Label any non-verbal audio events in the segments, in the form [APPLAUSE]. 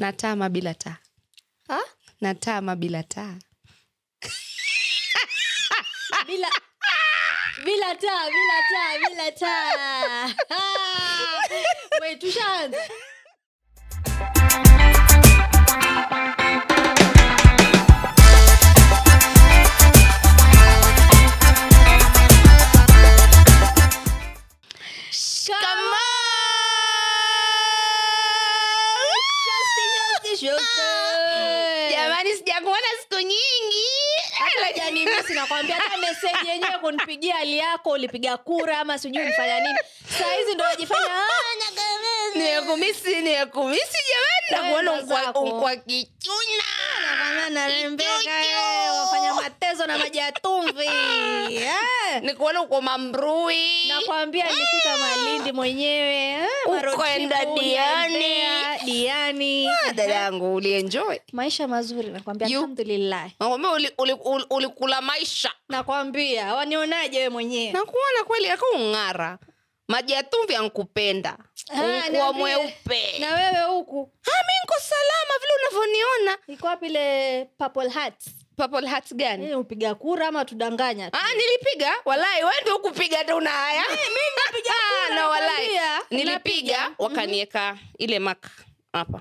na taa ama bila taa Ha? na taa ama bila taa bila bila taa bila taa bila taa Ah! Wait, tushaanza Shosti, shosti, shosti. jamani sijakuona siku nyingi yani misi nakwambia hata meseji yenyewe kunipigia hali yako ulipiga kura ama sijui ulifanya nini saa hizi ndo wajifanya "Ah, nyakamezi." nimekumisi nimekumisi jamani Kwenda nakuona unkwa- zako. unkwa kichuna Nakwambia narembeka wewe, wafanya matezo na maji ya tumvi [LAUGHS] Eh. [LAUGHS] nikuona uko mambrui nakwambia nilifika malindi mwenyewe Ah, Uko Marotibu, enda Diani. Yembea, diani Ah, dada yangu ulienjoy maisha mazuri nakwambia You- alhamdulillah nakwambia uli- uli- uli- ulikula maisha nakwambia wanionaje wewe mwenyewe nakuona kweli yako ung'ara maji ya tumvi ankupenda Ah, unkuwa niambie. mweupe na wewe huku Ah, mi nko salama vile unavyoniona iko wapi ile purple hat purple hat gani Nini upiga kura ama tudanganya tu? Ah, nilipiga walai wendi ukupiga tu na haya Eh, Ah, na walai Nakwambia, Mhm. nilipiga wakanieka ile mak hapa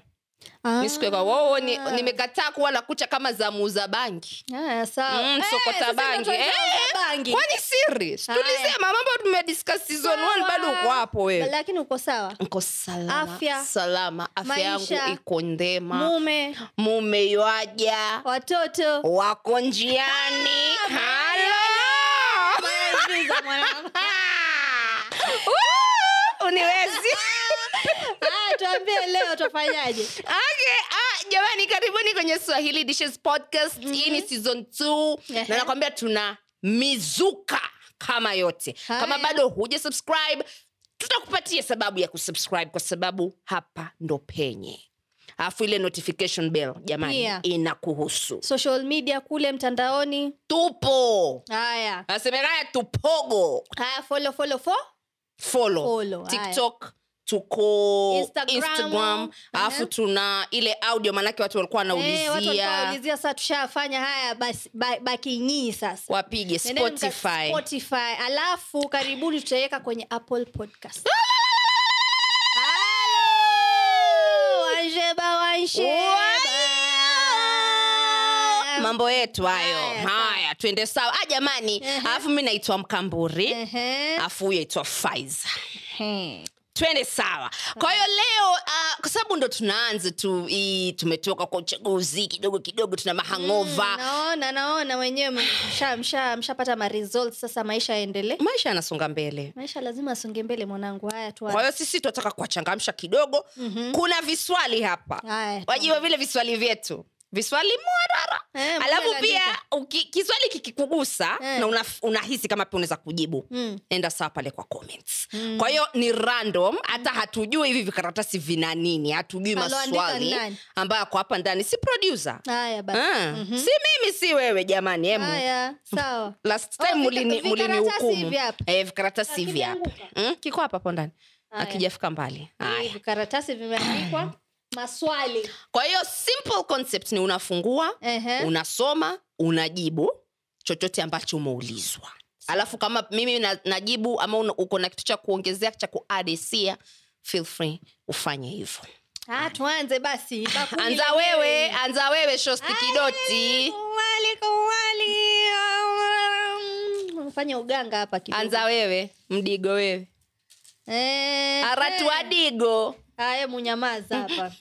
Ah. nisikueka woo ni, nimekataa kuwa na kucha kama za muuza bangi Ah, sawa. Mm, Eh, sokota sasa bangi. ndio tunaita Eh, sokota bangi. kwani siri Haya. tulisema mambo tumediscuss season one Sawa. bado uko hapo wewe lakini uko sawa nko salama Afya. salama afya yangu Maisha. iko ndema mume mume ywaja watoto wako njiani halo Sikiza mwanangu. Woo, uniwezi Ah, tuambie leo tufanyaje Okay, ah, jamani karibuni kwenye swahili dishes podcast hii ni season 2 Ehe. na nakwambia tuna mizuka kama yote Haya. kama bado huja subscribe tutakupatia sababu ya kusubscribe kwa sababu hapa ndo penye alafu ile notification bell jamani Pia. inakuhusu social media kule mtandaoni tupo haya nasemekana tupogo haya follow follow fo follow, Follow, tiktok tuko Instagram. instagram alafu Aha. tuna ile audio maanake watu walikuwa Eh, watu walikuwa wanaulizia wanaulizia sasa tushafanya haya basi ba- baki nyinyi sasa wapige Nendeni mka- spotify Spotify. alafu karibuni tutaiweka kwenye apple podcast Halo, wansheba wansheba Wow! mambo yetu hayo Haya, haya twende sawa ah jamani Ehe. alafu mi naitwa mkamburi Ehe. alafu huyo aitwa faiza Hmm. twende sawa kwa hiyo leo uh, kwa sababu ndo tunaanza tu hii tumetoka kwa uchaguzi kidogo kidogo tuna mahangova Mm, naona naona wenyewe mshapata msha, msha maresults sasa maisha yaendelee maisha yanasonga mbele maisha lazima asonge mbele mwanangu haya tu kwa hiyo sisi tunataka kuwachangamsha kidogo Mhm. mm-hmm. kuna viswali hapa haya tu. wajiwa vile viswali vyetu viswali mwarara Eh, alafu mbona pia andika? uki, kiswali kikikugusa Eh. na unaf- unahisi kama pia unaweza kujibu Mm. enda sawa pale kwa comments kwa hiyo ni random hata hatujui hivi vikaratasi vina nini hatujui Aloandika maswali nani? ambayo ako hapa ndani si producer haya basi Ah, si mimi si wewe jamani emu Mhm. haya sawa last Oh, time vika- mulini- vikaratasi mulinihukumu hivi hapa. Eh, vikaratasi hivi hapa Hakijaanguka? Mm, kiko hapa hapo ndani Haya. akijafika mbali haya hivi karatasi vimeandikwa maswali kwa hiyo simple concept ni unafungua Ehe. unasoma unajibu chochote ambacho umeulizwa alafu kama mimi na, najibu ama una- uko na kitu cha kuongezea cha kuadesia feel free ufanye hivyo Ah, tuanze basi bakuli anza lenyewe. Eh, wewe anza wewe shosti Ai, kidoti kuwali, kuwali, um, mfanye uganga hapa kidogo. anza wewe mdigo wewe Eh, eh. aratuadigo haya munyamaza [LAUGHS] hapa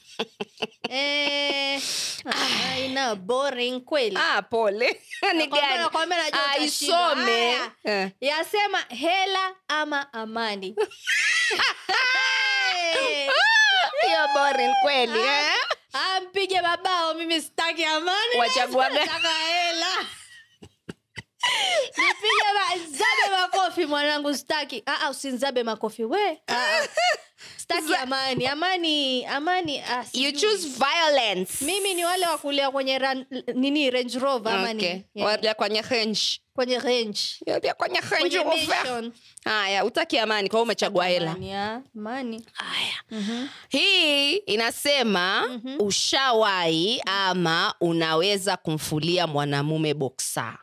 Eh, ah, ina boring kweli ah, pole [LAUGHS] ni Nakwambia, gani nakwambia najua Ah, utashinda. isome Haya. Eh. yasema hela ama [LAUGHS] amani Eh, hiyo boring kweli eh? ah, mpige babao mimi sitaki amani Wachaguaga- nataka hela [LAUGHS] nipige ma- zabe makofi mwanangu staki Ah, ah, usinzabe makofi we Ah, ah. staki amani amani amani ah, you sijui. choose violence mimi ni wale wakulia kwenye ran, nini range rover ama Okay. nini Yeah. Walia kwenye hench kwenye range Walia kwenye hench Kwenye over. mansion. haya utaki amani kwa hiyo umechagua hela Amani, ah, amani haya Mhm. hii inasema Mhm. ushawahi ama unaweza kumfulia mwanamume boksa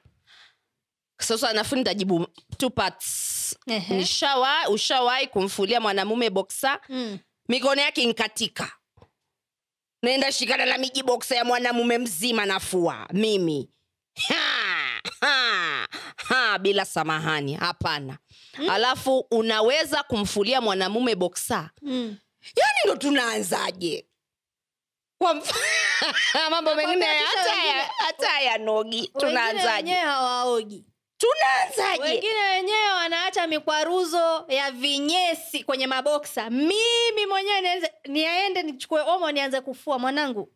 sasa nafuni tajibu two parts Ehe. Nishawa- ushawahi kumfulia mwanamume boksa Mm. mikono yake inkatika naenda shikana na miji boksa ya mwanamume mzima nafua mimi ha, ha, ha, bila samahani hapana alafu unaweza kumfulia mwanamume boksa Mm. yani Yaani ndo tunaanzaje kwa mf- Ah, mambo mengine kisha hata wengine- ya- hata ya nogi wengine wenyewe tunaanzaje hawaogi tunaanzaje wengine wenyewe wanaacha mikwaruzo ya vinyesi kwenye maboksa mimi mwenyewe nianze- niaende nichukue omo nianze kufua mwanangu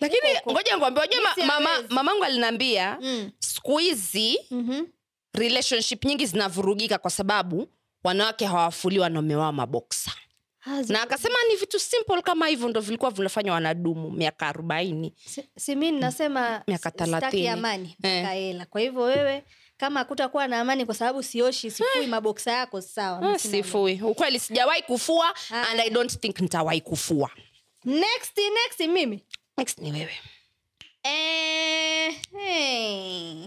lakini huko. ngoja ngwambia wajua ma, Jinsi mama, hawezi. mamangu alinaambia mm. siku hizi mm-hmm. relationship nyingi zinavurugika kwa sababu wanawake hawafuli wanaume wao maboksa na akasema ni vitu simple kama hivyo ndo vilikuwa vinafanya wanadumu miaka arobaini simi nasema Miaka s- sitaki thelathini. amani Eh. mpaka hela kwa hivyo wewe kama hakutakuwa na amani kwa sababu sioshi sifui maboksa yako sawa Eh. Ah, mi sina amani. sifui ukweli sijawahi kufua Ah. and i don't think nitawahi kufua next next mimi next ni wewe eh, hey.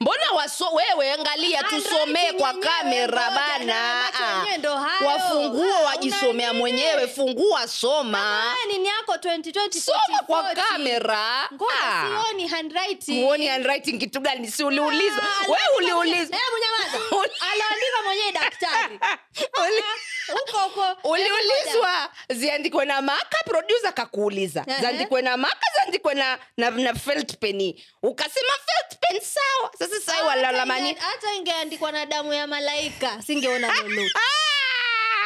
mbona waso wewe angalia tusomee kwa kamera bana Ah, wafunguo wajisomea mwenyewe fungua soma nini yako 2020 soma kwa 40. kamera Ngoja Ah. sioni handwriting. muoni handwriting kitu gani si uliulizwa Ah, we aliandika mwenyewe. uliulizwa Hebu nyamaza. [LAUGHS] Uli- Aliandika mwenyewe [LAUGHS] daktari. Uli- ah. Huko huko. uliulizwa ziandikwe na maka produsa kakuuliza Ehe. zaandikwe na maka zaandikwe na, na, na feltpeni ukasema feltpen sawa sasa Ah, sai walalamani Hata inge- Hata ingeandikwa na damu ya malaika singeona lolote. Ah!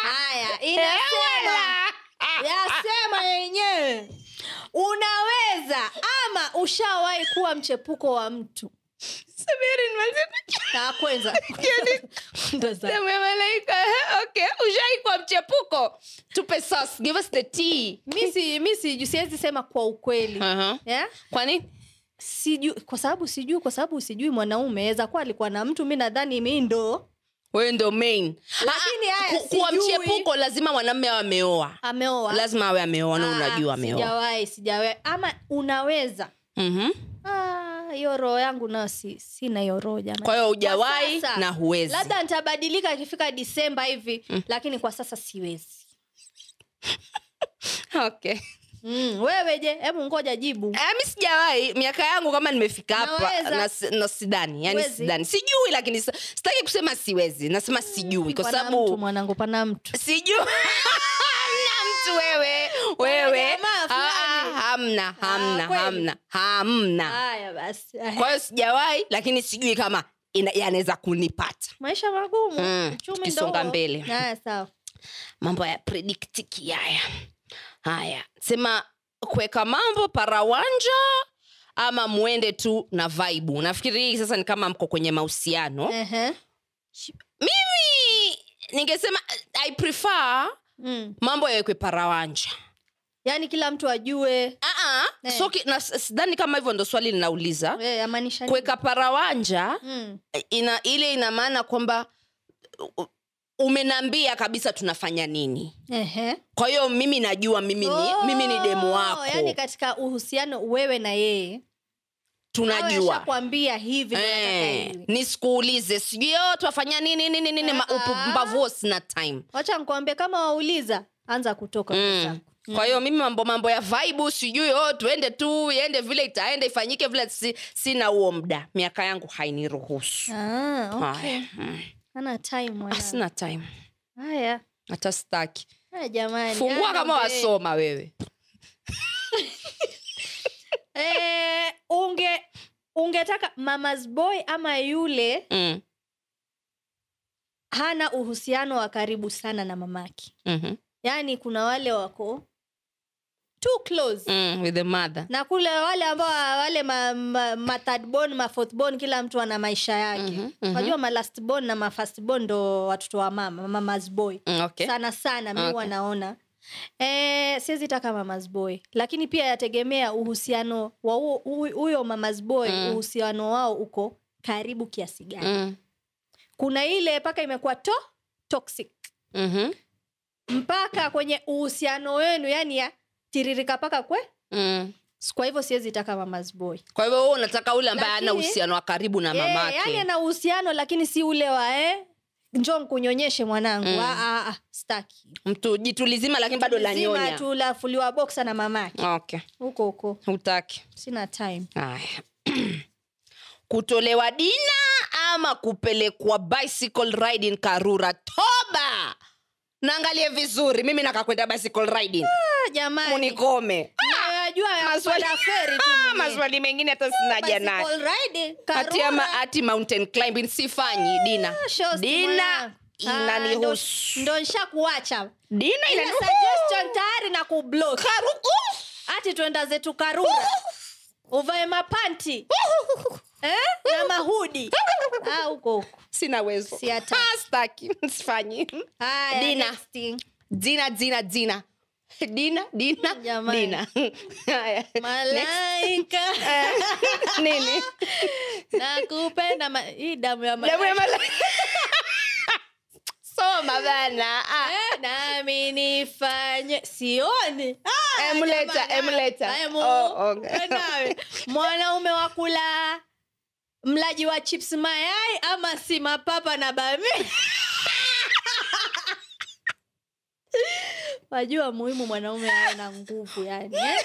Haya, inasema yasema yenyewe unaweza ama ushawahi kuwa mchepuko wa mtu Na [LAUGHS] kwenza Yaani, Ndo za- ushaikwa mchepuko tupe sauce, give us the tea mi si- mi siju- siwezi sema kwa ukweli yeah? kwa nini siju, kwa sababu sijui kwa sababu sijui mwanaume weza kuwa alikuwa na mtu mi nadhani mi ndo wewe ndo main Lakini Ah, haya, ku- kuwa sijui. mchepuko lazima mwanamme awe ameoa ameoa lazima awe ameoa na Ah, unajua ameoa sijawahi sijawahi ama unaweza Mhm. Ah, hiyo roho yangu nayo si, sina hiyo roho jamani. kwa hiyo hujawahi Kwa sasa, na huwezi labda nitabadilika ikifika disemba hivi Mm. lakini kwa sasa siwezi okay. mm, wewe je hebu ngoja jibu Ah, mi sijawahi miaka yangu kama nimefika hapa Naweza. na, si- na sidani yani Huwezi. sidani sijui lakini si- sitaki kusema siwezi nasema sijui Mm, kwa Pana mtu sababu mwanangu pana mtu [LAUGHS] sijui hamna mtu wewe wewe jamaa Ah, ah, Ah. fulani. hamna hamna kweli. hamna hamna haya basi Eh, kwa hiyo sijawahi lakini sijui kama ina- yanaweza kunipata maisha magumu Mm, uchumi ndo tukisonga huo. mbele. haya sawa mambo ya prediktiki haya haya sema kuweka mambo parawanja ama mwende tu na vaibu nafikiri hii sasa ni kama mko kwenye mahusiano Ehe. mimi ningesema eh, i prefer Mm. mambo yawekwe parawanja yaani kila mtu ajue Ah, ah, Eh. so ki- na- s- sidhani kama hivyo ndo swali linauliza eh, amaanisha Ah. nini? kuweka parawanja Mm. eh, ina ile ina maana kwamba u- umenambia kabisa tunafanya nini Ehe. kwa hiyo mimi najua mimi ni, mimi ni demu Oh, wako yaani katika uhusiano wewe na yeye tunajua kwambia hivi ndio nataka Eh, iwe. nisikuulize sijui "Oh, twafanya nini nini nini ma- Ah, upu- ah. mbavuo sina time wacha nikuambia kama wauliza anza kutoka Mm. kwanza. kwa hiyo mimi mambo mambo ya vaibu sijui oh, tuende tu iende vile itaenda ifanyike vile si, sina huo mda miaka yangu hainiruhusu Ah, okay. Haya, mm. ana time Ah, mwana. sina time haya hata staki haya jamani Yaani fungua Ana kama mbe- wasoma wewe Eh, unge ungetaka mama's boy ama yule mm. hana uhusiano wa karibu sana na mamake mhm. yaani kuna wale wako too close mm, with the mother na kule wale ambao wale ma, ma, ma third born ma fourth born kila mtu ana maisha yake Mhm, mm-hmm, mhm. unajua ma last born na ma first born ndo watoto wa mama mama's boy Mm, okay. sana sana mi Ah, Okay. okay. naona Eh, siwezi taka mama's boy lakini pia yategemea uhusiano wa huo- huyu- huyo mama's boy Mm. uhusiano wao uko karibu kiasi gani Mm, kuna ile mpaka imekuwa to toxic mhm, mpaka kwenye uhusiano wenu yani ya tiririka paka kwe mm. kwa hivyo siwezi taka mama's boy kwa hivyo wewe unataka ule ambaye ana Lakini- uhusiano wa karibu na Eh, mamake yani ana uhusiano lakini si ule wa eh, njo nkunyonyeshe mwanangu Mm. mm. ah, ah, ah, staki mtu jitu lizima lakini bado Lazima lanyonya tu lafuliwa boksa na mamake okay huko huko hutaki sina time haya [CLEARS THROAT] kutolewa dina ama kupelekwa bicycle riding karura toba naangalie vizuri mimi nakakwenda bicycle riding Ah, jamani Ah, munikome najua maswali- ya feri tu Ah, mwenyewe. maswali mengine hata sinaja nayo Bicycle riding, hati ama karura, hati mountain climbing sifanyi dina shows dina mwanangu. Ah, inanihusu ndo- ndo nshakuacha dina Ila inanihusu suggestion tayari na kublock Karu- Uff! ati twenda zetu karura uvae mapanti eh? na mahudi Ah, huko huko sina wezo Si hata. Ah, staki [LAUGHS] sifanyi Haya, Dina. next. dina dina dina dina dina Jamani. dina Haya. malaika [LAUGHS] nini nakupenda ma- hii damu ya Damu ya malaika mala- [LAUGHS] soma bana Ah, Eh, nami nifanye sioni Ah, Emuleta, jamani. emuleta. Ay, mu- Oh, okay. Wenawe. mwanaume wa kula mlaji wa chips mayai ama si mapapa na bami [LAUGHS] wajua muhimu mwanaume awe na nguvu [LAUGHS] yani Eh,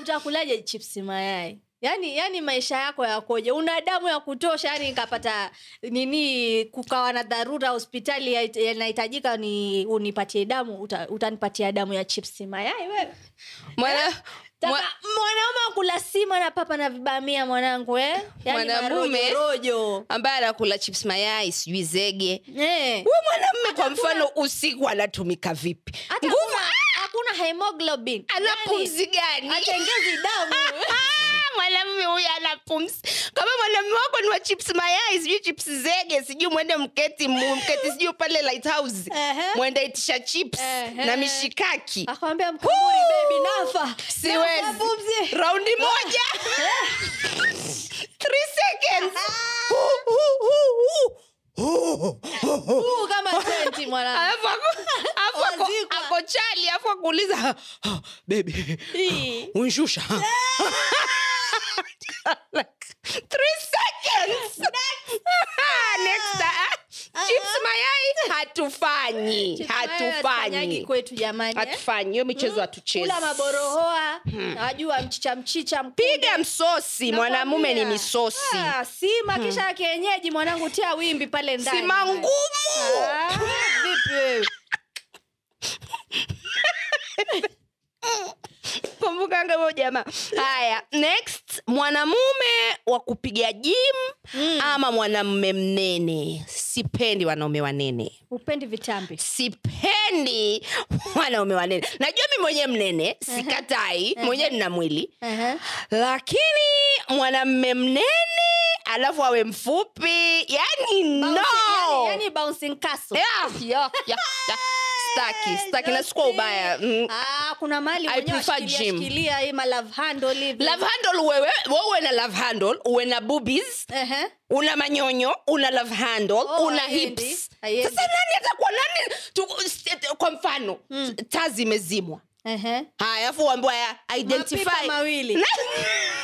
utakulaje chips mayai yani yani maisha yako yakoje una damu ya kutosha yani ikapata nini kukawa na dharura hospitali ya- yanahitajika ni unipatie damu uta, utanipatia damu ya chips mayai wewe mwana- Taka- mwa- mwanaume akula sima na papa na vibamia mwanangu eh? yani Mwanamume- marojorojo. ambaye anakula chips mayai sijui zege Eh. huyu mwanamme kwa mfano usiku anatumika vipi Hata nguvu Ah! hakuna- hakuna hemoglobin ana pumzi gani [LAUGHS] atengezi damu Ah, mwanamume huyu ana pumzi kama mwanamume wako ni wa chips mayai sijui chips zege sijui mwende mketi [LAUGHS] mu- mketi sijui pale lighthouse Ehe. mwende itisha chips Ehe. na mishikaki akwambia mkaburi bebi nafa Nafa siwezi pumzi. raundi [LAUGHS] moja Three seconds [LAUGHS] Oh, Ah. Hu, hu, hu, hu. oh, Huu kama [LAUGHS] 20 mwanangu Alafu [LAUGHS] ako- alafu ako- Wazikwa. ako chali alafu akuuliza "Ah, baby Hii. [LAUGHS] unshusha [LAUGHS] Like, three seconds Next, [LAUGHS] ah, chips [LAUGHS] mayai hatufanyi Uh-huh. Chips mayai hatufanyagi hatufanyi kwetu jamani eh? hatufanyi hiyo michezo hatuchezi Hmm. kula maborohoa najua mchicha mchicha mku- piga msosi mwanamume ni Nakwambia. misosi Hmm. Ah, sima kisha ya kienyeji mwanangu tia wimbi pale ndani sima ngumu Ah, vipi wewe kumbukanga huyo jamaa haya next mwanamume wa kupiga jim Mm. ama mwanamume mnene sipendi wanaume wanene upendi vitambi sipendi [LAUGHS] wanaume wanene najua mi mwenyewe mnene sikatai mwenyewe nina mwili lakini mwanamme mnene alafu awe mfupi yani no Bouncy- yani- yani bouncing castle. Yeah, yeah, yeah, yeah. staki staki nasukua ubaya Mm. Ah, kuna mali I mwenyewe prefer washikilia- gym. shikilia, hii ma love handle hivi. love handle wewe wewe uwe na love handle uwe na boobies Ehe. una manyonyo una love handle Oh, una haiendi, hips haiendi. sasa nani atakuwa nani tu, st- kwa mfano Mm. taa zimezimwa Ehe. haya alafu uambiwa ya Mapipa identify mawili. Na-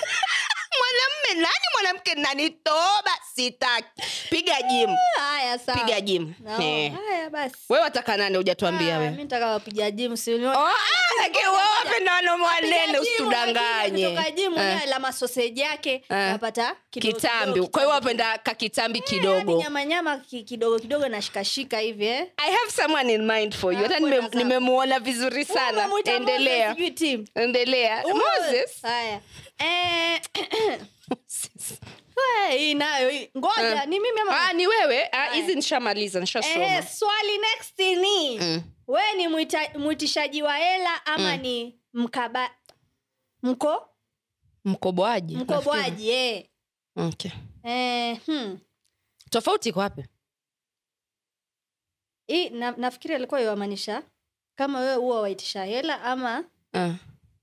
[LAUGHS] mwanamme nani mwanamke nani toba sitaki piga jim Haya, sawa. piga jim Ah, No, Eh. haya, basi. wewe wataka nani hujatuambia Ah, mi wewe nitaka wapiga gym, si unione. Oh, ah, lakini wewe wapenda wanaume Piga wanene gym, lakini usitudanganye kutoka gym, Eh. yeye la masoseji yake Eh. napata kidogo- kitambi kidogo, Eh, kwa hiyo wapenda kakitambi yani kidogo nyamanyama ki- kidogo kidogo nashikashika hivi eh. i have someone in mind for you Ah, hata mbona nime- sana? nimemuona vizuri sana Unamwita Moses, endelea sijui timu. endelea moses haya Eh, Moses. we, hii nayo hii. ngoja Eh. ni mimi ama Ah, ni wewe Ah, Haya. hizi nishamaliza nishasoma eh, swali next ni Mm. we ni mwita- mwitishaji wa hela ama ni mkaba mko mkoboaji nafikiri. mkobwaji eh. okay. Eh, hmm. tofauti iko wapi Hii, na, nafikiri alikuwa yuwamaanisha kama wewe huwa waitisha hela ama Ah,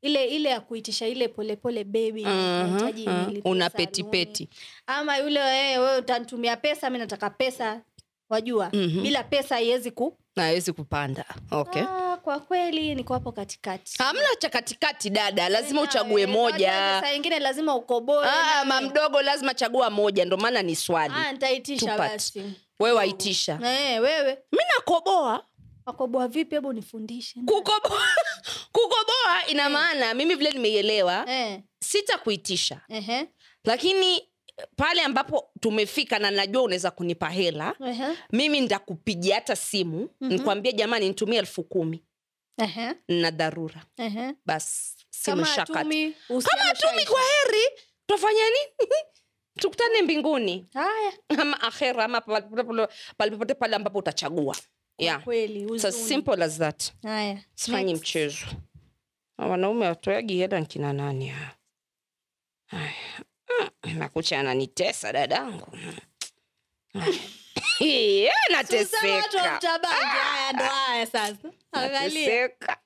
ile ile ya kuitisha ile polepole bebi aha, ah. una petipeti ama yule eh, wewe utanitumia pesa mi nataka pesa wajua Mhm. bila pesa haiwezi ku na hawezi kupanda okay ah, kwa kweli niko hapo katikati hamna cha katikati dada lazima Wewe uchague nawe, unajua moja saa ingine lazima ukoboe Ah, nawe. mamdogo lazima chagua moja ndo maana ni swali Ah, nitaitisha Tupat. basi wewe waitisha eh, wewe mi nakoboa wakoboa vipi hebu nifundishe kukoboa [LAUGHS] kukoboa ina Mm. maana mimi vile nimeielewa eh, sitakuitisha ehe, lakini pale ambapo tumefika na najua unaweza kunipa hela ehe, mimi nitakupigia hata simu Mhm. nikwambie jamani nitumie elfu kumi ehe, na dharura ehe. basi simu kama shakata hatumi, uhusiano kama tumi ushaisha. kwa heri tufanya nini [LAUGHS] tukutane mbinguni haya ama akhera ama pal- palipopote pale ambapo utachagua yeah. kweli It's as huzuni. simple as that haya sifanyi next. mchezo Na wanaume watoagi hela nkina nani hawa? Haya. Mm, makucha ananitesa dadangu Mm. Ye, Tuseme watu wa nateseka mtabangi. Haya, ndo haya sasa angalia nateseka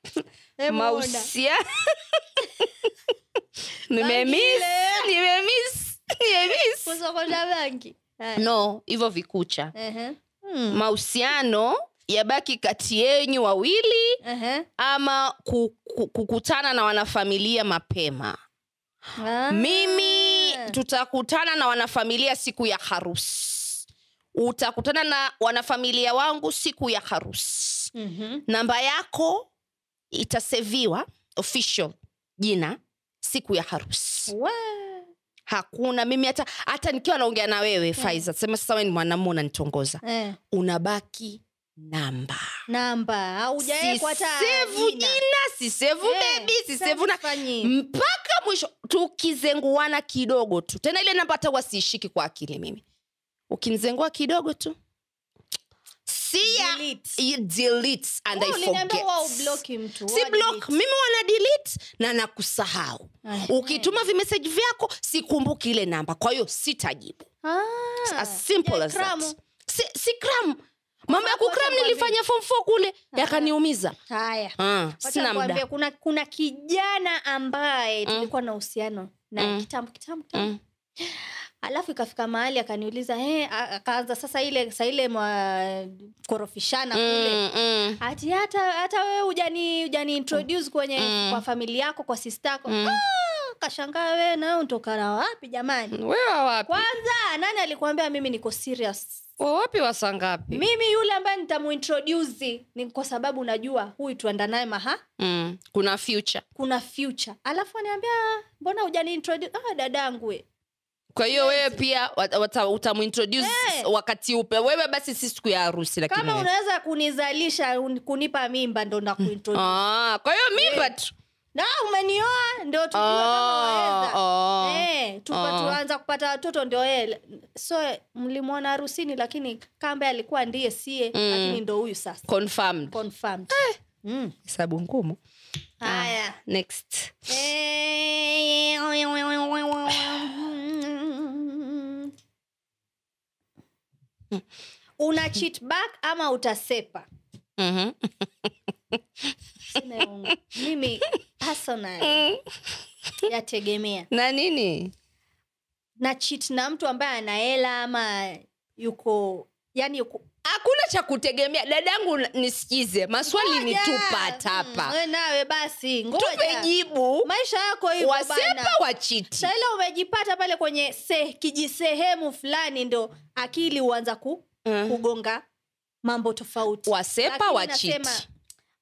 Hebu ona. [LAUGHS] mausia nimemis Bangile. nimemis nimemis kusokota bangi Haya. no hivyo vikucha Ehe. Hmm. mahusiano yabaki kati yenyu wawili Ehe. ama ku- ku- kukutana na wanafamilia mapema Ah. mimi tutakutana na wanafamilia siku ya harusi utakutana na wanafamilia wangu siku ya harusi Mhm. namba yako itaseviwa official jina siku ya harusi Wa. hakuna mimi hata hata nikiwa naongea na wewe faiza sema sasa wewe ni mwanamume unanitongoza Eh. unabaki namba namba haujawekwa hata sisevu jina. jina sisevu Eh, bebi sisevu na sifanyi. mpaka mwisho tukizenguana kidogo tu tena ile namba hata huwa siishiki kwa akili mimi ukinzengua kidogo tu sia Delete. i- deletes and I Wewe uliniambia forget. huwa ubloki mtu, si huwa block delete. mimi wana delete na nakusahau Ehe. ukituma Eh. vimeseji vyako sikumbuki ile namba kwa hiyo sitajibu Ah. as simple as that. Kramu. si, si kram mambo ya Wacha kukram nikwambie. nilifanya form 4 kule yakaniumiza haya Ah, Ah. Wacha sina nikwambie, muda kuna kuna kijana ambaye Mm. tulikuwa na uhusiano naye Mm. kitambo kitambo kitambo. Mm, alafu ikafika mahali akaniuliza "He, a- akaanza sasa ile sa ile mwa- korofishana kule mm, mm. ati hata hata wewe ujani ujani introduce kwenye Mm. kwa familia yako kwa sister yako Mm. ah, kashangaa wewe nawe untokana wapi jamani wewe wa wapi kwanza nani alikuambia mimi niko serious Wa wapi wa saa ngapi mimi yule ambaye nitamuintroduce ni kwa sababu najua huyu tuenda naye maha mm. kuna future kuna future alafu aniambia "Ah, mbona hujani introduce ah, dadangu we." kwa hiyo wewe pia wata- wata- utamuintroduce Eh. wakati upe wewe basi si siku ya harusi lakini kama wewe. unaweza kunizalisha un- kunipa mimba ndo nakuintroduce ah, kwa hiyo mimba tu na umenioa ndio tujue kama Ah, waweza ah. Eh, tupa- Ah. tuanza kupata watoto ndio yeye so mlimwona harusini lakini kambe alikuwa ndiye sie Mm. Eh. lakini ndo huyu sasa Confirmed. confirmed Mm. hesabu ngumu haya next Eh, Mm. una cheat back ama utasepa Mhm. Sina uongo. mimi personal Eh. yategemea na nini na cheat na mtu ambaye ana hela ama yuko yani yuko hakuna cha kutegemea dadangu nisikize maswali ni tupa tapa Mm, we nawe basi tupe ngoja jibu maisha yako hivyo wasepa bana. wachiti Saa ile umejipata pale kwenye se, kijisehemu fulani ndo akili huanza ku, Mhm. kugonga mambo tofauti wasepa Lakini wachiti nasema,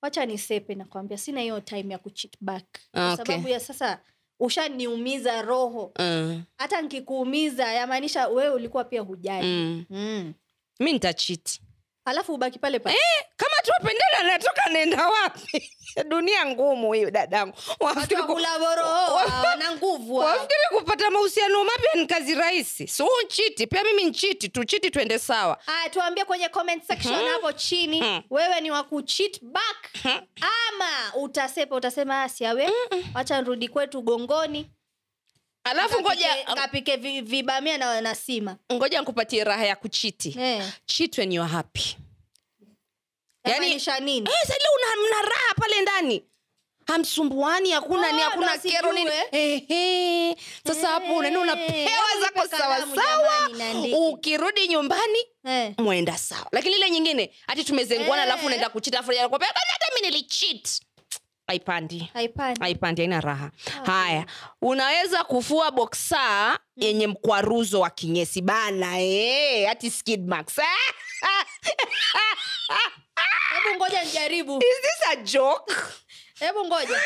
wacha nisepe nakwambia sina hiyo time ya kuchit back Ah, kwa okay. sababu ya sasa ushaniumiza roho Mm, hata nkikuumiza yamaanisha wewe ulikuwa pia hujali mm. mm. mi ntachiti alafu ubaki pale pale eh, kama tuwapendele anatoka nenda wapi [LAUGHS] dunia ngumu hiyo dadangu watu Wafikiri ku- wakula boroa wana nguvu hao. wafikiri kupata mahusiano mapya ni kazi rahisi si huu nchiti pia mimi nchiti tuchiti twende sawa Aya, tuambie kwenye comment section Mhm. hapo chini Mhm. wewe ni wa kucheat back Mhm. ama utasepa utasema "Ah, siawe wacha nrudi kwetu gongoni alafu ngoja kapike- kapike vi- vibamia na wanasima ngoja nkupatie raha ya kuchiti Eh, cheat when you are happy yani yamaanisha nini eh, sasa ile una mna raha pale ndani hamsumbuani hakuna ni Ah, hakuna ndo kero nini Ehe. sasa hapo Eh, unaenda unapewa hebu zako nipe kalamu sawasawa yaani jamani, niandike. ukirudi nyumbani Eh. mwenda sawa lakini ile nyingine hati tumezenguana Eh. alafu unaenda kuchita afu unaenda kuambia, "Bana, hata mi nilichit haipandi haipani haipandi haina raha Ah. haya unaweza kufua boksa yenye mkwaruzo wa kinyesi bana eh, hati skid marks. [LAUGHS] hebu ngoja nijaribu Is this a joke? [LAUGHS] hebu ngoja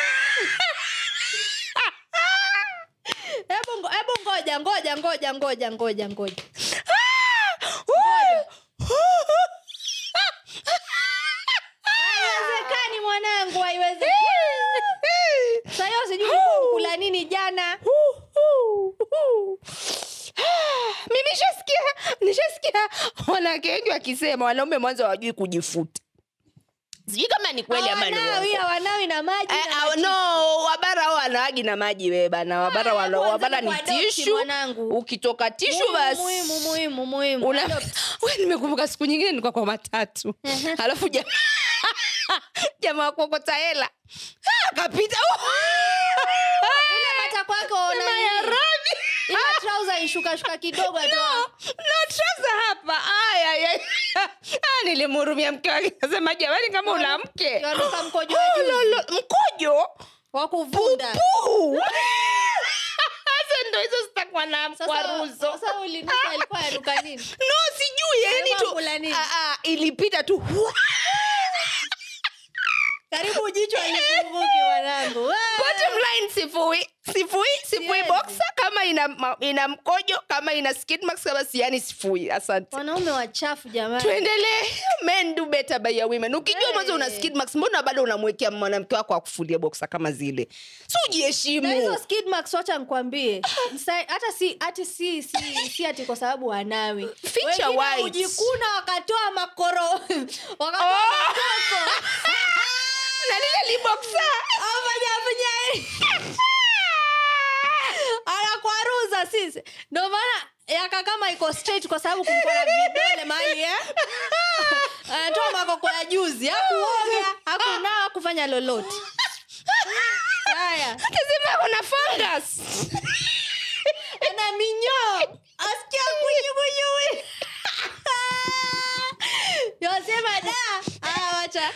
hebu ngo- hebu ngoja ngoja ngoja ngoja ngoja ngoja Ah! Ah. haiwezekani mwanangu haiwezekani sahiyo sijui ulikuwa ukula nini jana mimi nishasikia nishasikia wanawake wengi wakisema wanaume mwanzo hawajui kujifuta sijui kama ni kweli ama ni hawanawi uongo. hawanawi na maji Eh, na ah, maji. Ah, no wabara hao wanawagi na maji we bana wabara wala- Hebu wabara anzeni ni kuadopti, tishu mwanangu ukitoka tishu Muhimu, basi muhimu muhimu muhimu Una- [LAUGHS] Adopt. We, nimekumbuka siku nyingine nilikuwa kwa matatu alafu ja- [LAUGHS] jamaa wa kuokota hela Ah, akapita [LAUGHS] Ule bata kwake Sema ya waona Rabi. [LAUGHS] ile trouser ishukashuka kidogo No, atoa Ah, no, trouser hapa Ay, ay, ay. [LAUGHS] Ah, nilimhurumia mke wake kasema jamani kama una mke [GASPS] yanuka mkojo wa Oh, juzi. lolo, mkojo wa kuvunda Puu. [LAUGHS] Sasa ndo hizo zitakuwa na Sasa- mkwaruzo sasa Ah. ulinuka alikuwa [LAUGHS] yanuka nini no sijui yani Alikuwa kula tu nini? Ah, ah, ilipita tu karibu jicho alifunguki mwanangu Wa! bottom line sifui sifui sifui Siwezi. boxer kama ina ma- ina mkojo kama ina skid marks kama siani sifui asante wanaume wachafu jamani tuendelee men do better by your women ukijua Hey. mwanzo una skid marks mbona bado unamwekea mwanamke wako akufulia boxer kama zile si na hizo ujiheshimu skid marks wacha nkwambie Msa- hata si hati si si si ati kwa sababu wanawi Feature Wengine whites. hujikuna wakatoa makoro [LAUGHS] wakatoa Oh. makoko na lile liboxer afanyafanya [LAUGHS] anakwaruza sisi ndo maana yaka kama iko straight kwa sababu kulikuwa na vidole mahali eh? anatoa makoko ya juzi hakuoga hakunaa kufanya lolote haya kasema kuna fungus na minyoo asikia kunyukunyui [LAUGHS] yosema da aya wacha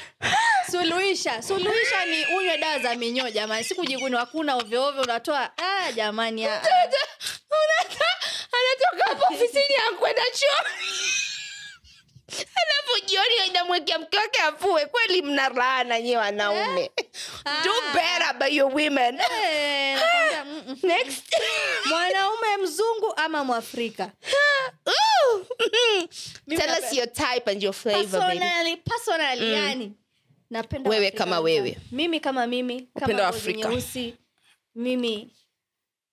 suluhisha suluhisha ni unywe dawa za minyoo jamani sikujikuni hakuna ovyoovyo unatoa ah, jamani ah. Unata- anatoka hapo ofisini akwenda choo alafu jioni inamwekea mke wake afue kweli mna raha na nyie wanaume do Ah. better by your women Eh, nakwambia, mm-mm. next mwanaume mzungu ama mwafrika Ooh. Mimi tell us napenda- your type and your flavor baby Mm. personally, personally yani napenda Wewe Waafrika kama wenzangu. wewe. mimi kama mimi Napenda kama ngozi Waafrika. nyeusi mimi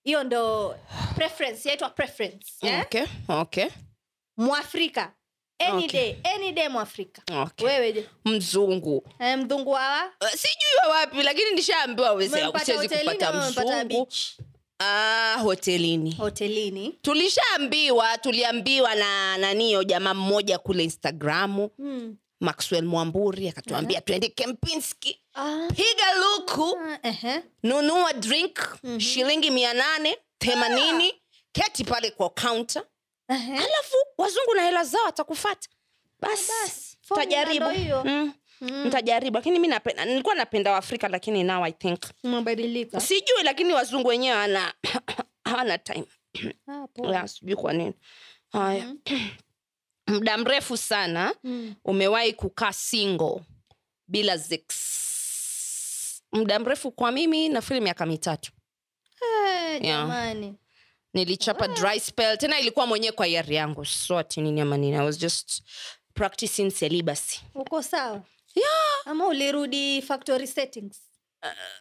hiyo ndo preference yaitwa preference eh? okay okay mwafrika any Okay. day any day mwafrika okay wewe je mzungu Eh, mdhungu hawa Eh, sijui wa wapi lakini nishaambiwa wezea umempata siwezi hotelini kupata ama umempata mzungu beach? ah hotelini hotelini tulishaambiwa tuliambiwa na naniyo jamaa mmoja kule instagramu Hmm. maxwell mwamburi akatuambia tuende kempinski Ah, piga luku ehe. nunua drink Mhm. shilingi mia nane themanini Ah. keti pale kwa kaunta Ehe. alafu wazungu na hela zao atakufata basi Basi, formula tajaribu ndo hiyo. mm. Mm, ntajaribu lakini mi napenda nilikuwa napenda waafrika lakini now i think umebadilika sijui lakini wazungu wenyewe hawana [COUGHS] hawana time hapo Ya, sijui kwa nini haya [CLEARS THROAT] muda mrefu sana Mm. umewahi kukaa single bila sex muda mrefu kwa mimi nafikiri miaka mitatu Eh, jamani nilichapa dry spell tena ilikuwa mwenyewe kwa yari yangu so ati nini ama nini i was just practicing celibacy uko sawa yeah. ama ulirudi factory settings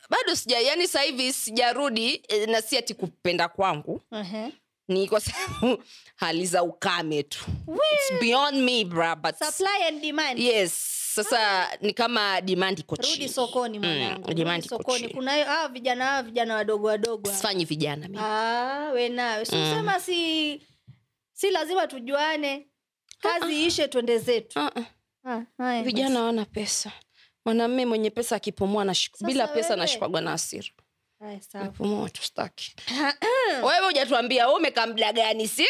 bado sija yani sasa hivi sijarudi eh, na si ati kupenda kwangu uh-huh. ni kwa sababu [LAUGHS] hali za ukame tu It's beyond me bra, but supply and demand yes sasa ni kama demand iko chini. rudi sokoni Mm, mwanangu demand rudi iko sokoni chini. kuna hiyo- hawa vijana hawa vijana wadogo wadogo hawa. sifanyi vijana mimi. Ah, we nawe sisema si si lazima tujuane kazi ishe twende zetu Ah, ah. Uh-uh. Ah, haya basi. vijana hawana pesa mwanamme mwenye pesa akipumua anashik- Sasa bila pesa wewe. Ah. anashikwagwa na asira Haya, sawa. napumua [CLEARS THROAT] tustaki wewe hujatuambia wewe umekaa mda gani si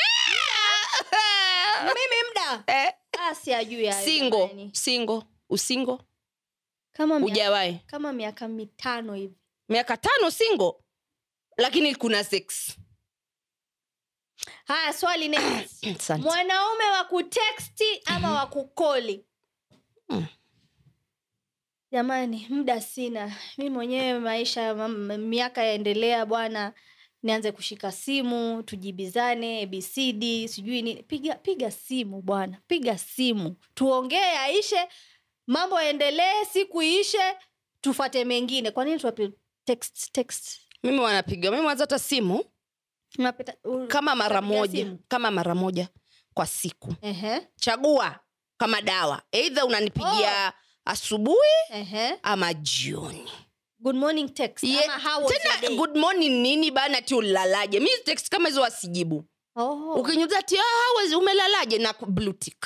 mimi mda Eh, Ah, siyajui hayo singo jamani. singo usingo kama mia- ujawahi kama miaka mitano hivi miaka tano singo lakini kuna sex haya swali next Asante. mwanaume wa kuteksti ama wa kukoli Mm. jamani muda sina mi mwenyewe maisha mam- miaka yaendelea bwana nianze kushika simu tujibizane abcd sijui nini piga piga simu bwana piga simu tuongee aishe mambo yaendelee siku iishe tufate mengine kwa nini tuwape text text mimi wanapiga mimi mwanza hata simu Unapita- u- kama mara Unapiga moja simu? kama mara moja kwa siku Ehe, chagua kama dawa eidha unanipigia Oh. asubuhi ehe. ama jioni good morning text Ye- ama how was your tena day? good morning nini bana ti ulalaje mi text kama hizo wasijibu Oh. ukinyuza ti "Ah, wezi- umelalaje na ku- blue tick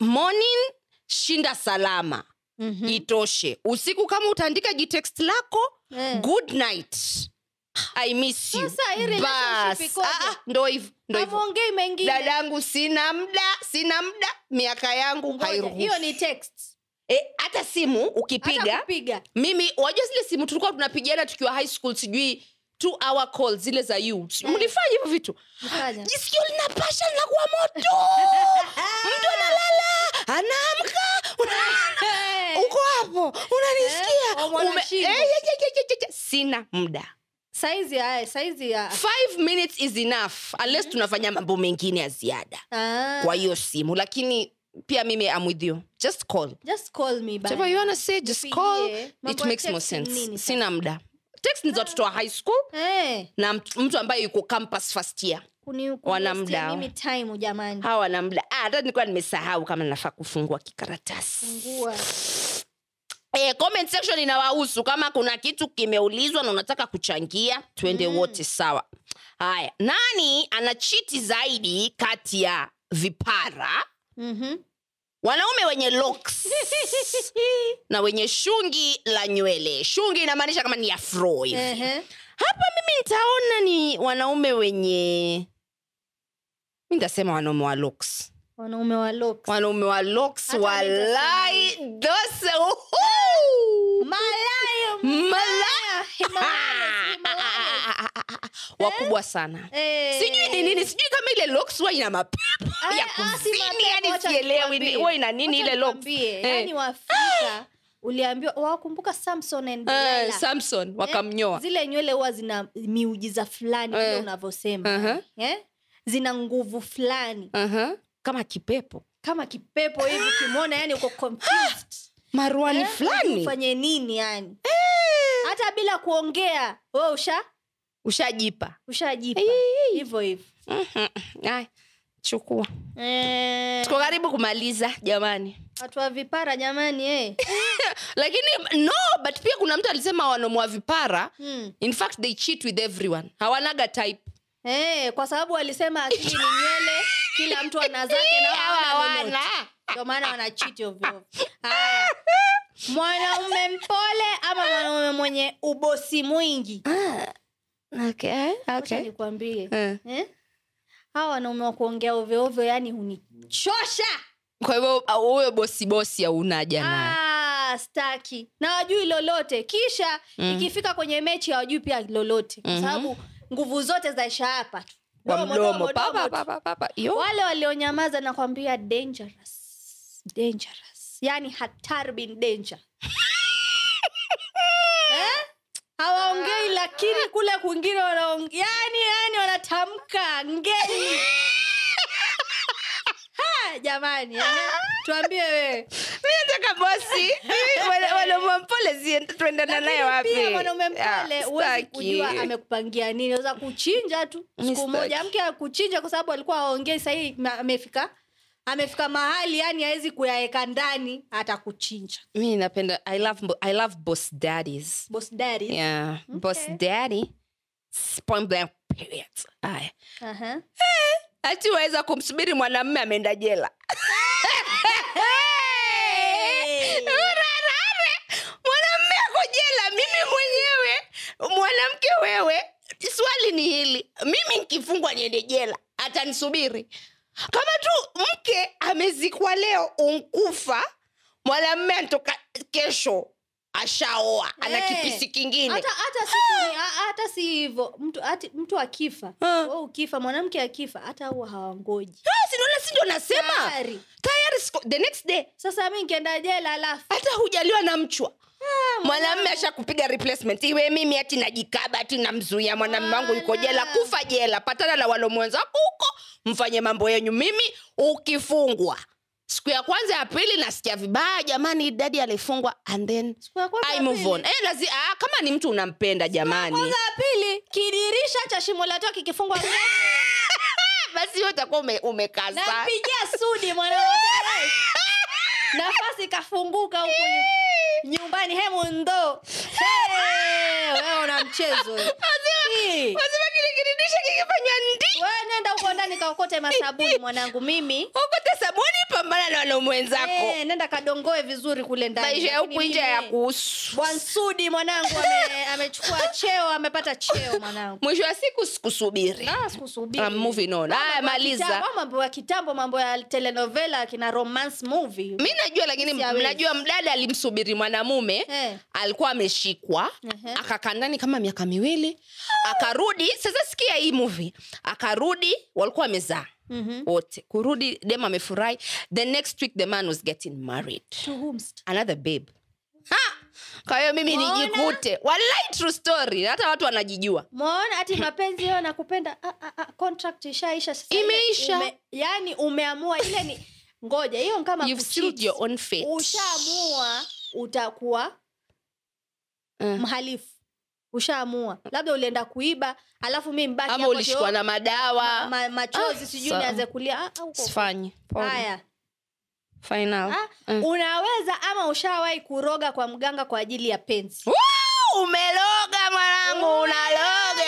morning shinda salama Mhm. itoshe usiku kama utaandika jitext lako Eh. good night i miss you Sasa hii relationship Bas. ikoje? Ah, ah, ndo hivo ndo hivo Hamuongei mengine. dadangu sina mda sina mda miaka yangu Ngoja, hairuhusu hiyo ni text Eh, hata simu Hata ukipiga kupiga mimi wajua zile simu tulikuwa tunapigiana tukiwa high school sijui two hour call zile za you Si- Mm. mlifanya hivyo vitu [LAUGHS] Mfanya. jisikio linapasha linakuwa [LAUGHS] moto mtu analala anaamka una- Eh, uko hapo unanisikia Eh, wa Ume- mwanashingo. Eh, ye- ye- ye- ye- ye- ye- sina muda saizi haya saizi ya five minutes is enough unless tunafanya mambo mengine ya ziada Ah, kwa hiyo simu lakini pia mimi am with you just call just call me back. whatever you wanna say just Nipigie. call Mambo it ya makes more text ni sense nini Ah. sina muda text ni za watoto wa high school Eh, na mt- mtu ambaye yuko campus first year kuni- Wana kuniwastia muda wao. mimi time jamani. hawa wana muda Ah, hata nilikuwa nimesahau kama nafaa kufungua kikaratasi Fungua. Eh, comment section inawahusu kama kuna kitu kimeulizwa na unataka kuchangia twende Mm. wote sawa haya nani ana chiti zaidi kati ya vipara Mhm. wanaume wenye [LAUGHS] locks na wenye shungi la nywele shungi inamaanisha kama ni afro hivi Ehe. hapa mimi nitaona ni wanaume wenye mi nitasema wanaume wa locks Wanaume wa locks. wanaume wa locks Hata mi nitasema walai dose Malaya. malaya Himalayas, Himalayas. ah! wakubwa sana Eh. sijui ni nini sijui kama ile locks huwa ina mapepo Ay, ya ah, si mapepo, kuzini yani wacha sielewi nikwambie. ni- huwa ina nini Wacha ile locks nikwambie, Eh. yaani waafrika uliambiwa wakumbuka samson and Eh, Delilah? samson wakamnyoa Eh, zile nywele huwa zina miujiza fulani vile Eh. unavyosema Aha. eh? zina nguvu fulani Aha. Uh-huh. kama kipepo kama kipepo hivi ukimwona yani uko confused maruani eh? fulani Eh. ufanye nini yani hata bila kuongea we usha ushajipa ushajipa hivyo hivyo Mhm. Aya, chukua Eh, tuko karibu kumaliza jamani watu wa vipara jamani eh. lakini no but pia kuna mtu alisema wanomwa vipara hmm. in fact they cheat with everyone hawanaga type Eh, kwa sababu walisema akili ni nywele kila mtu ana zake na wao hawana lolote. ndio maana wanachiti ovyo Haya. mwanaume mpole ama mwanaume mwenye ubosi mwingi Ah. okay, Wacha okay. nikwambie Eh. eh? hawa wanaume wa kuongea ovyo ovyo yani hunichosha kwa hivyo uh, huyo bosi bosi aunaja naye Ah, staki na wajui lolote kisha Mhm. ikifika kwenye mechi hawajui pia lolote kwa Mhm. sababu nguvu zote zaisha hapa tu kwa Domo, mdomo domo, pa, domo pa, tu. pa, pa, pa, pa. Yo. wale walionyamaza nakwambia dangerous dangerous yani hatari bin danger eh? hawaongei lakini kule kwingine wanaong- yaani, yani yani wanatamka ngeli Ha, Ah, jamani eh. tuambie wewe mi nataka bosi [LAUGHS] Mimi wana- wanaume mpole zie- tuendana Lakini naye wapi pia mwanaume Ah, mpole huwezi sitaki. kujua amekupangia nini aweza kuchinja tu Mi siku moja sitaki. mke akuchinja kwa sababu alikuwa aongei sahii amefika amefika mahali yani awezi kuyaeka ndani atakuchinja mi napenda i love, bo- I love boss daddies boss daddy yeah boss Okay. daddy S- point blank period aya Aha. hati waweza kumsubiri mwanamme ameenda jela urarare mwanamme ako jela mimi mwenyewe mwanamke wewe swali ni hili mimi nkifungwa niende jela atanisubiri kama tu mke amezikwa leo unkufa mwanamme antoka kesho ashaoa ana Eh, kipisi kingine hata hata siku ni- ha- hata si hivyo mtu ati, mtu akifa Ah. wewe ukifa mwanamke akifa hata huwa hawangoji Ah, si naona si ndio nasema Tayari. tayari siko- the next day sasa mi nkienda jela alafu hata hujaliwa na mchwa mwanamme ashakupiga replacement iwe mimi ati najikaba ati namzuia mwanamme wangu yuko jela Wala. kufa jela patana na walo mwenzako huko mfanye mambo yenyu mimi ukifungwa siku ya kwanza ya pili nasikia vibaya jamani dadi alifungwa and then siku ya kwanza I ya move on. pili- Eh, lazi, ah, kama ni mtu unampenda jamani kwanza ya pili kidirisha cha shimo la toa kikifungwa [LAUGHS] basi hiyo utakuwa ume, umekaa sana [LAUGHS] nampigia sudi mwanaa nafasi ikafunguka huku nyumbani hemu ndo Hey, [LAUGHS] wewe una mchezo eh. Hii. lazima kilikirudisha kikifanywa ndi wewe nenda huko ndani kaokote masabuni mwanangu mimi ukote sabuni pambana na wanaume wenzako Eh, nenda kadongoe vizuri kule ndani maisha ya Lakini huku nje mimi, ya kuhusu bwansudi mwanangu ame- amechukua cheo amepata cheo mwanangu mwisho wa siku sikusubiri Ah, sikusubiri. I'm moving on. Mambo Haya, ya maliza. kitambo, mambo ya kitambo mambo ya telenovela kina romance movie mi najua lakini Siawezi. mnajua mdada alimsubiri mwanamume Eh. alikuwa ameshikwa Ehe. akakaa ndani kama miaka miwili akarudi sasa sikia hii movie akarudi walikuwa wamezaa Mhm. wote kurudi dem amefurahi the next week the man was getting married To whomst? another babe ha! kwa hiyo mimi Waona? nijikute wallahi true story hata watu wanajijua mwaona hati mapenzi yo nakupenda ah, ah, ah, contract ishaisha sasa ile Imeisha. ume, yani umeamua ile ni ngoja hiyo ni kama You've sealed kucheat. your own fate. ushaamua utakuwa Eh. mhalifu ushaamua labda ulienda kuiba alafu mi mbaki ama hapo ulishikwa tio, na madawa ma, machozi Ah, sijui sawa. nianze kulia ah, ah, huko. sifanye Pole. haya final ah, Eh. unaweza ama ushawahi kuroga kwa mganga kwa ajili ya [LAUGHS] penzi Woo, umeloga mwanangu unaloga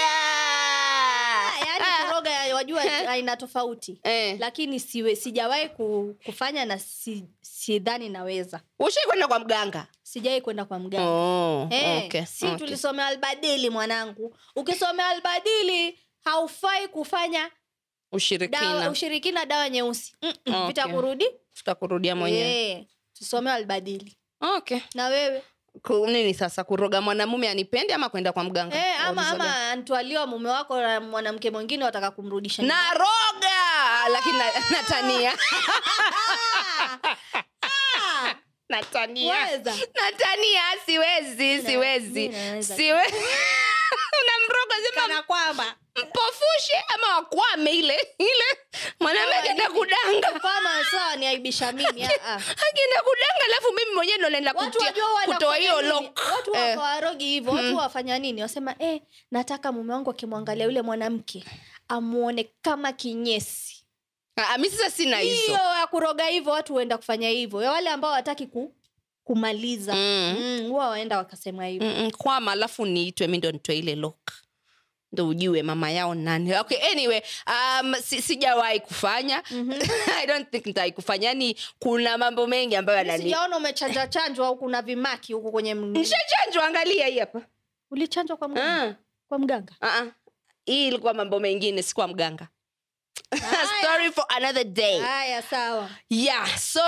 yaani Ah. kuroga ya- [LAUGHS] wajua aina tofauti Eh. lakini siwe sijawahi ku- kufanya na si- sidhani naweza ushai kwenda kwa mganga sijawahi kwenda kwa mganga Oh, Eh, okay, si okay. tulisomea albadili mwanangu ukisomea albadili haufai kufanya dawa, ushirikina ushirikina dawa nyeusi Mm-mm, Okay. vitakurudi tutakurudia mwenyewe Eh, tusomea albadili okay na wewe Ku- nini sasa kuroga mwanamume anipende ama kwenda kwa mganga eh, ama Wauliza gani? ama antwaliwa mume wako na mwanamke mwingine wataka kumrudisha nyumbani. naroga lakini na- natania [LAUGHS] Ah, natania weza natania siwezi Na- siwezi mi naweza. siwe [LAUGHS] unamroga sema kana kwamba mpofushe ama wakwame ile ile mwanaume Sawa, akienda nini? kudanga kama sawa niaibisha mimi ah, Yaani- ah. [LAUGHS] akienda kudanga alafu mimi mwenyewe ndo naenda watu kutia- wajua wanafanya kutoa hiyo nini? lock watu Eh, wakawarogi hivyo watu wafanya nini wasema eh, nataka mume wangu akimwangalia yule mwanamke amuone kama kinyesi ah, ah, mi sasa sina hiyo hizo ya kuroga hivyo watu huenda kufanya hivyo ya wale ambao wataki ku, kumaliza Mm. Mm, huwa waenda wakasema hivyo Mm-mm, kwama alafu niitwe mi ndo nitoe ile lock ndo ujue mama yao nani okay anyway um, si, sijawahi kufanya [LAUGHS] i don't think nitawai kufanya yani kuna mambo mengi ambayo Mi yanani sijaona umechanja chanjwa au kuna vimaki huku kwenye mguu. nishachanjwa angalia hii hapa Mm. ulichanjwa kwa mganga Ah, kwa mganga ah, ah. hii ilikuwa mambo mengine si kwa mganga [LAUGHS] story for another day haya sawa yeah so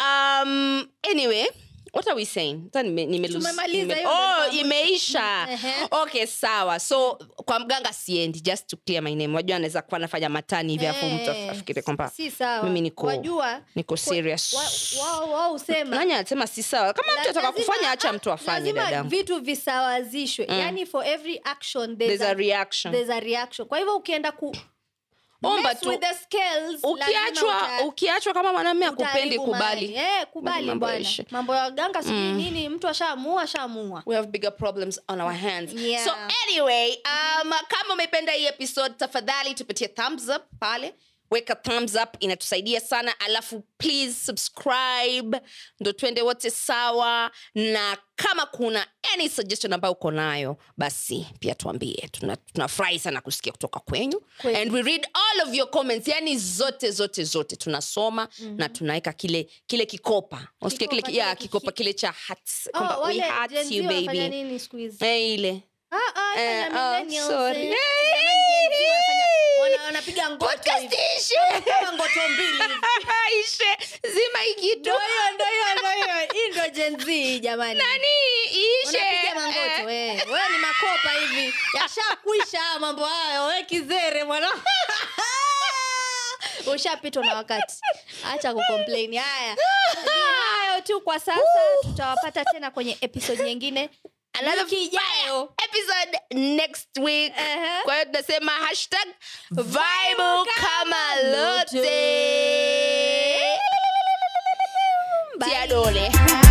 um anyway what are we saying Hata nime- nime lose- Tumemaliza nime- hiyo Mm. oh ndio imeisha Ehe. okay sawa so kwa mganga siendi just to clear my name wajua anaweza kuwa anafanya matani hivi afu mtu Eh, afikiri kwamba si sawa mimi niko- wajua niko serious wa- wao wao husema nani anasema si sawa kama mtu ataka lazima- kufanya acha ah, mtu afanye lazima dadangu vitu visawazishwe yani for every action there's a there's a, reaction there's a reaction kwa hivyo ukienda ku Mess omba Oh, tu with the scales, lazima ukiachwa uta- ukiachwa kama mwanamume akupendi utaharibu mali. kubali Eh, kubali Mambo ya bwana ishe. mambo ya waganga sijui Mm. nini mtu ashaamua ashaamua we have bigger problems on our hands Yeah. so anyway um, kama umeipenda hii episode tafadhali tupatie thumbs up pale weka thumbs up inatusaidia sana alafu please subscribe ndo twende wote sawa na kama kuna any suggestion ambayo uko nayo basi pia tuambie Tuna- tunafurahi sana kusikia kutoka kwenyu Kweli. and we read all of your comments yani zote zote zote tunasoma mm-hmm. na tunaweka kile kile kikopa usikia kile, Mhm. Kikopa, kile, yeah, kile kikopa kiki- kile cha hats Oh, kwamba we wale hurt Gen Z you wanafanya baby nini siku hizi? Eh, ile Ah, ah, Eh, fanya oh, millennials, sorry. eh. Hey! Jamani, Gen Z wanafanya- wana- wanapiga ngoto [LAUGHS] Podcast hivi. ishe. Kama ngoto mbili hivi. [LAUGHS] ishe zima hii kitu Ndo hiyo, ndo hiyo, ndo hiyo. Hii ndo Gen Z, jamani nani ishe Wanapiga mangoto Eh, eh. wewe ni makopa hivi yashakwisha haya mambo hayo we [LAUGHS] kizere mwana ushapitwa na wakati acha [LAUGHS] kukomplain haya Ni hayo tu kwa sasa tutawapata tena kwenye episode nyingine Another wiki ijayo episode next week Ehe. kwa hiyo tunasema hashtag vibe kama lote Bye. tia dole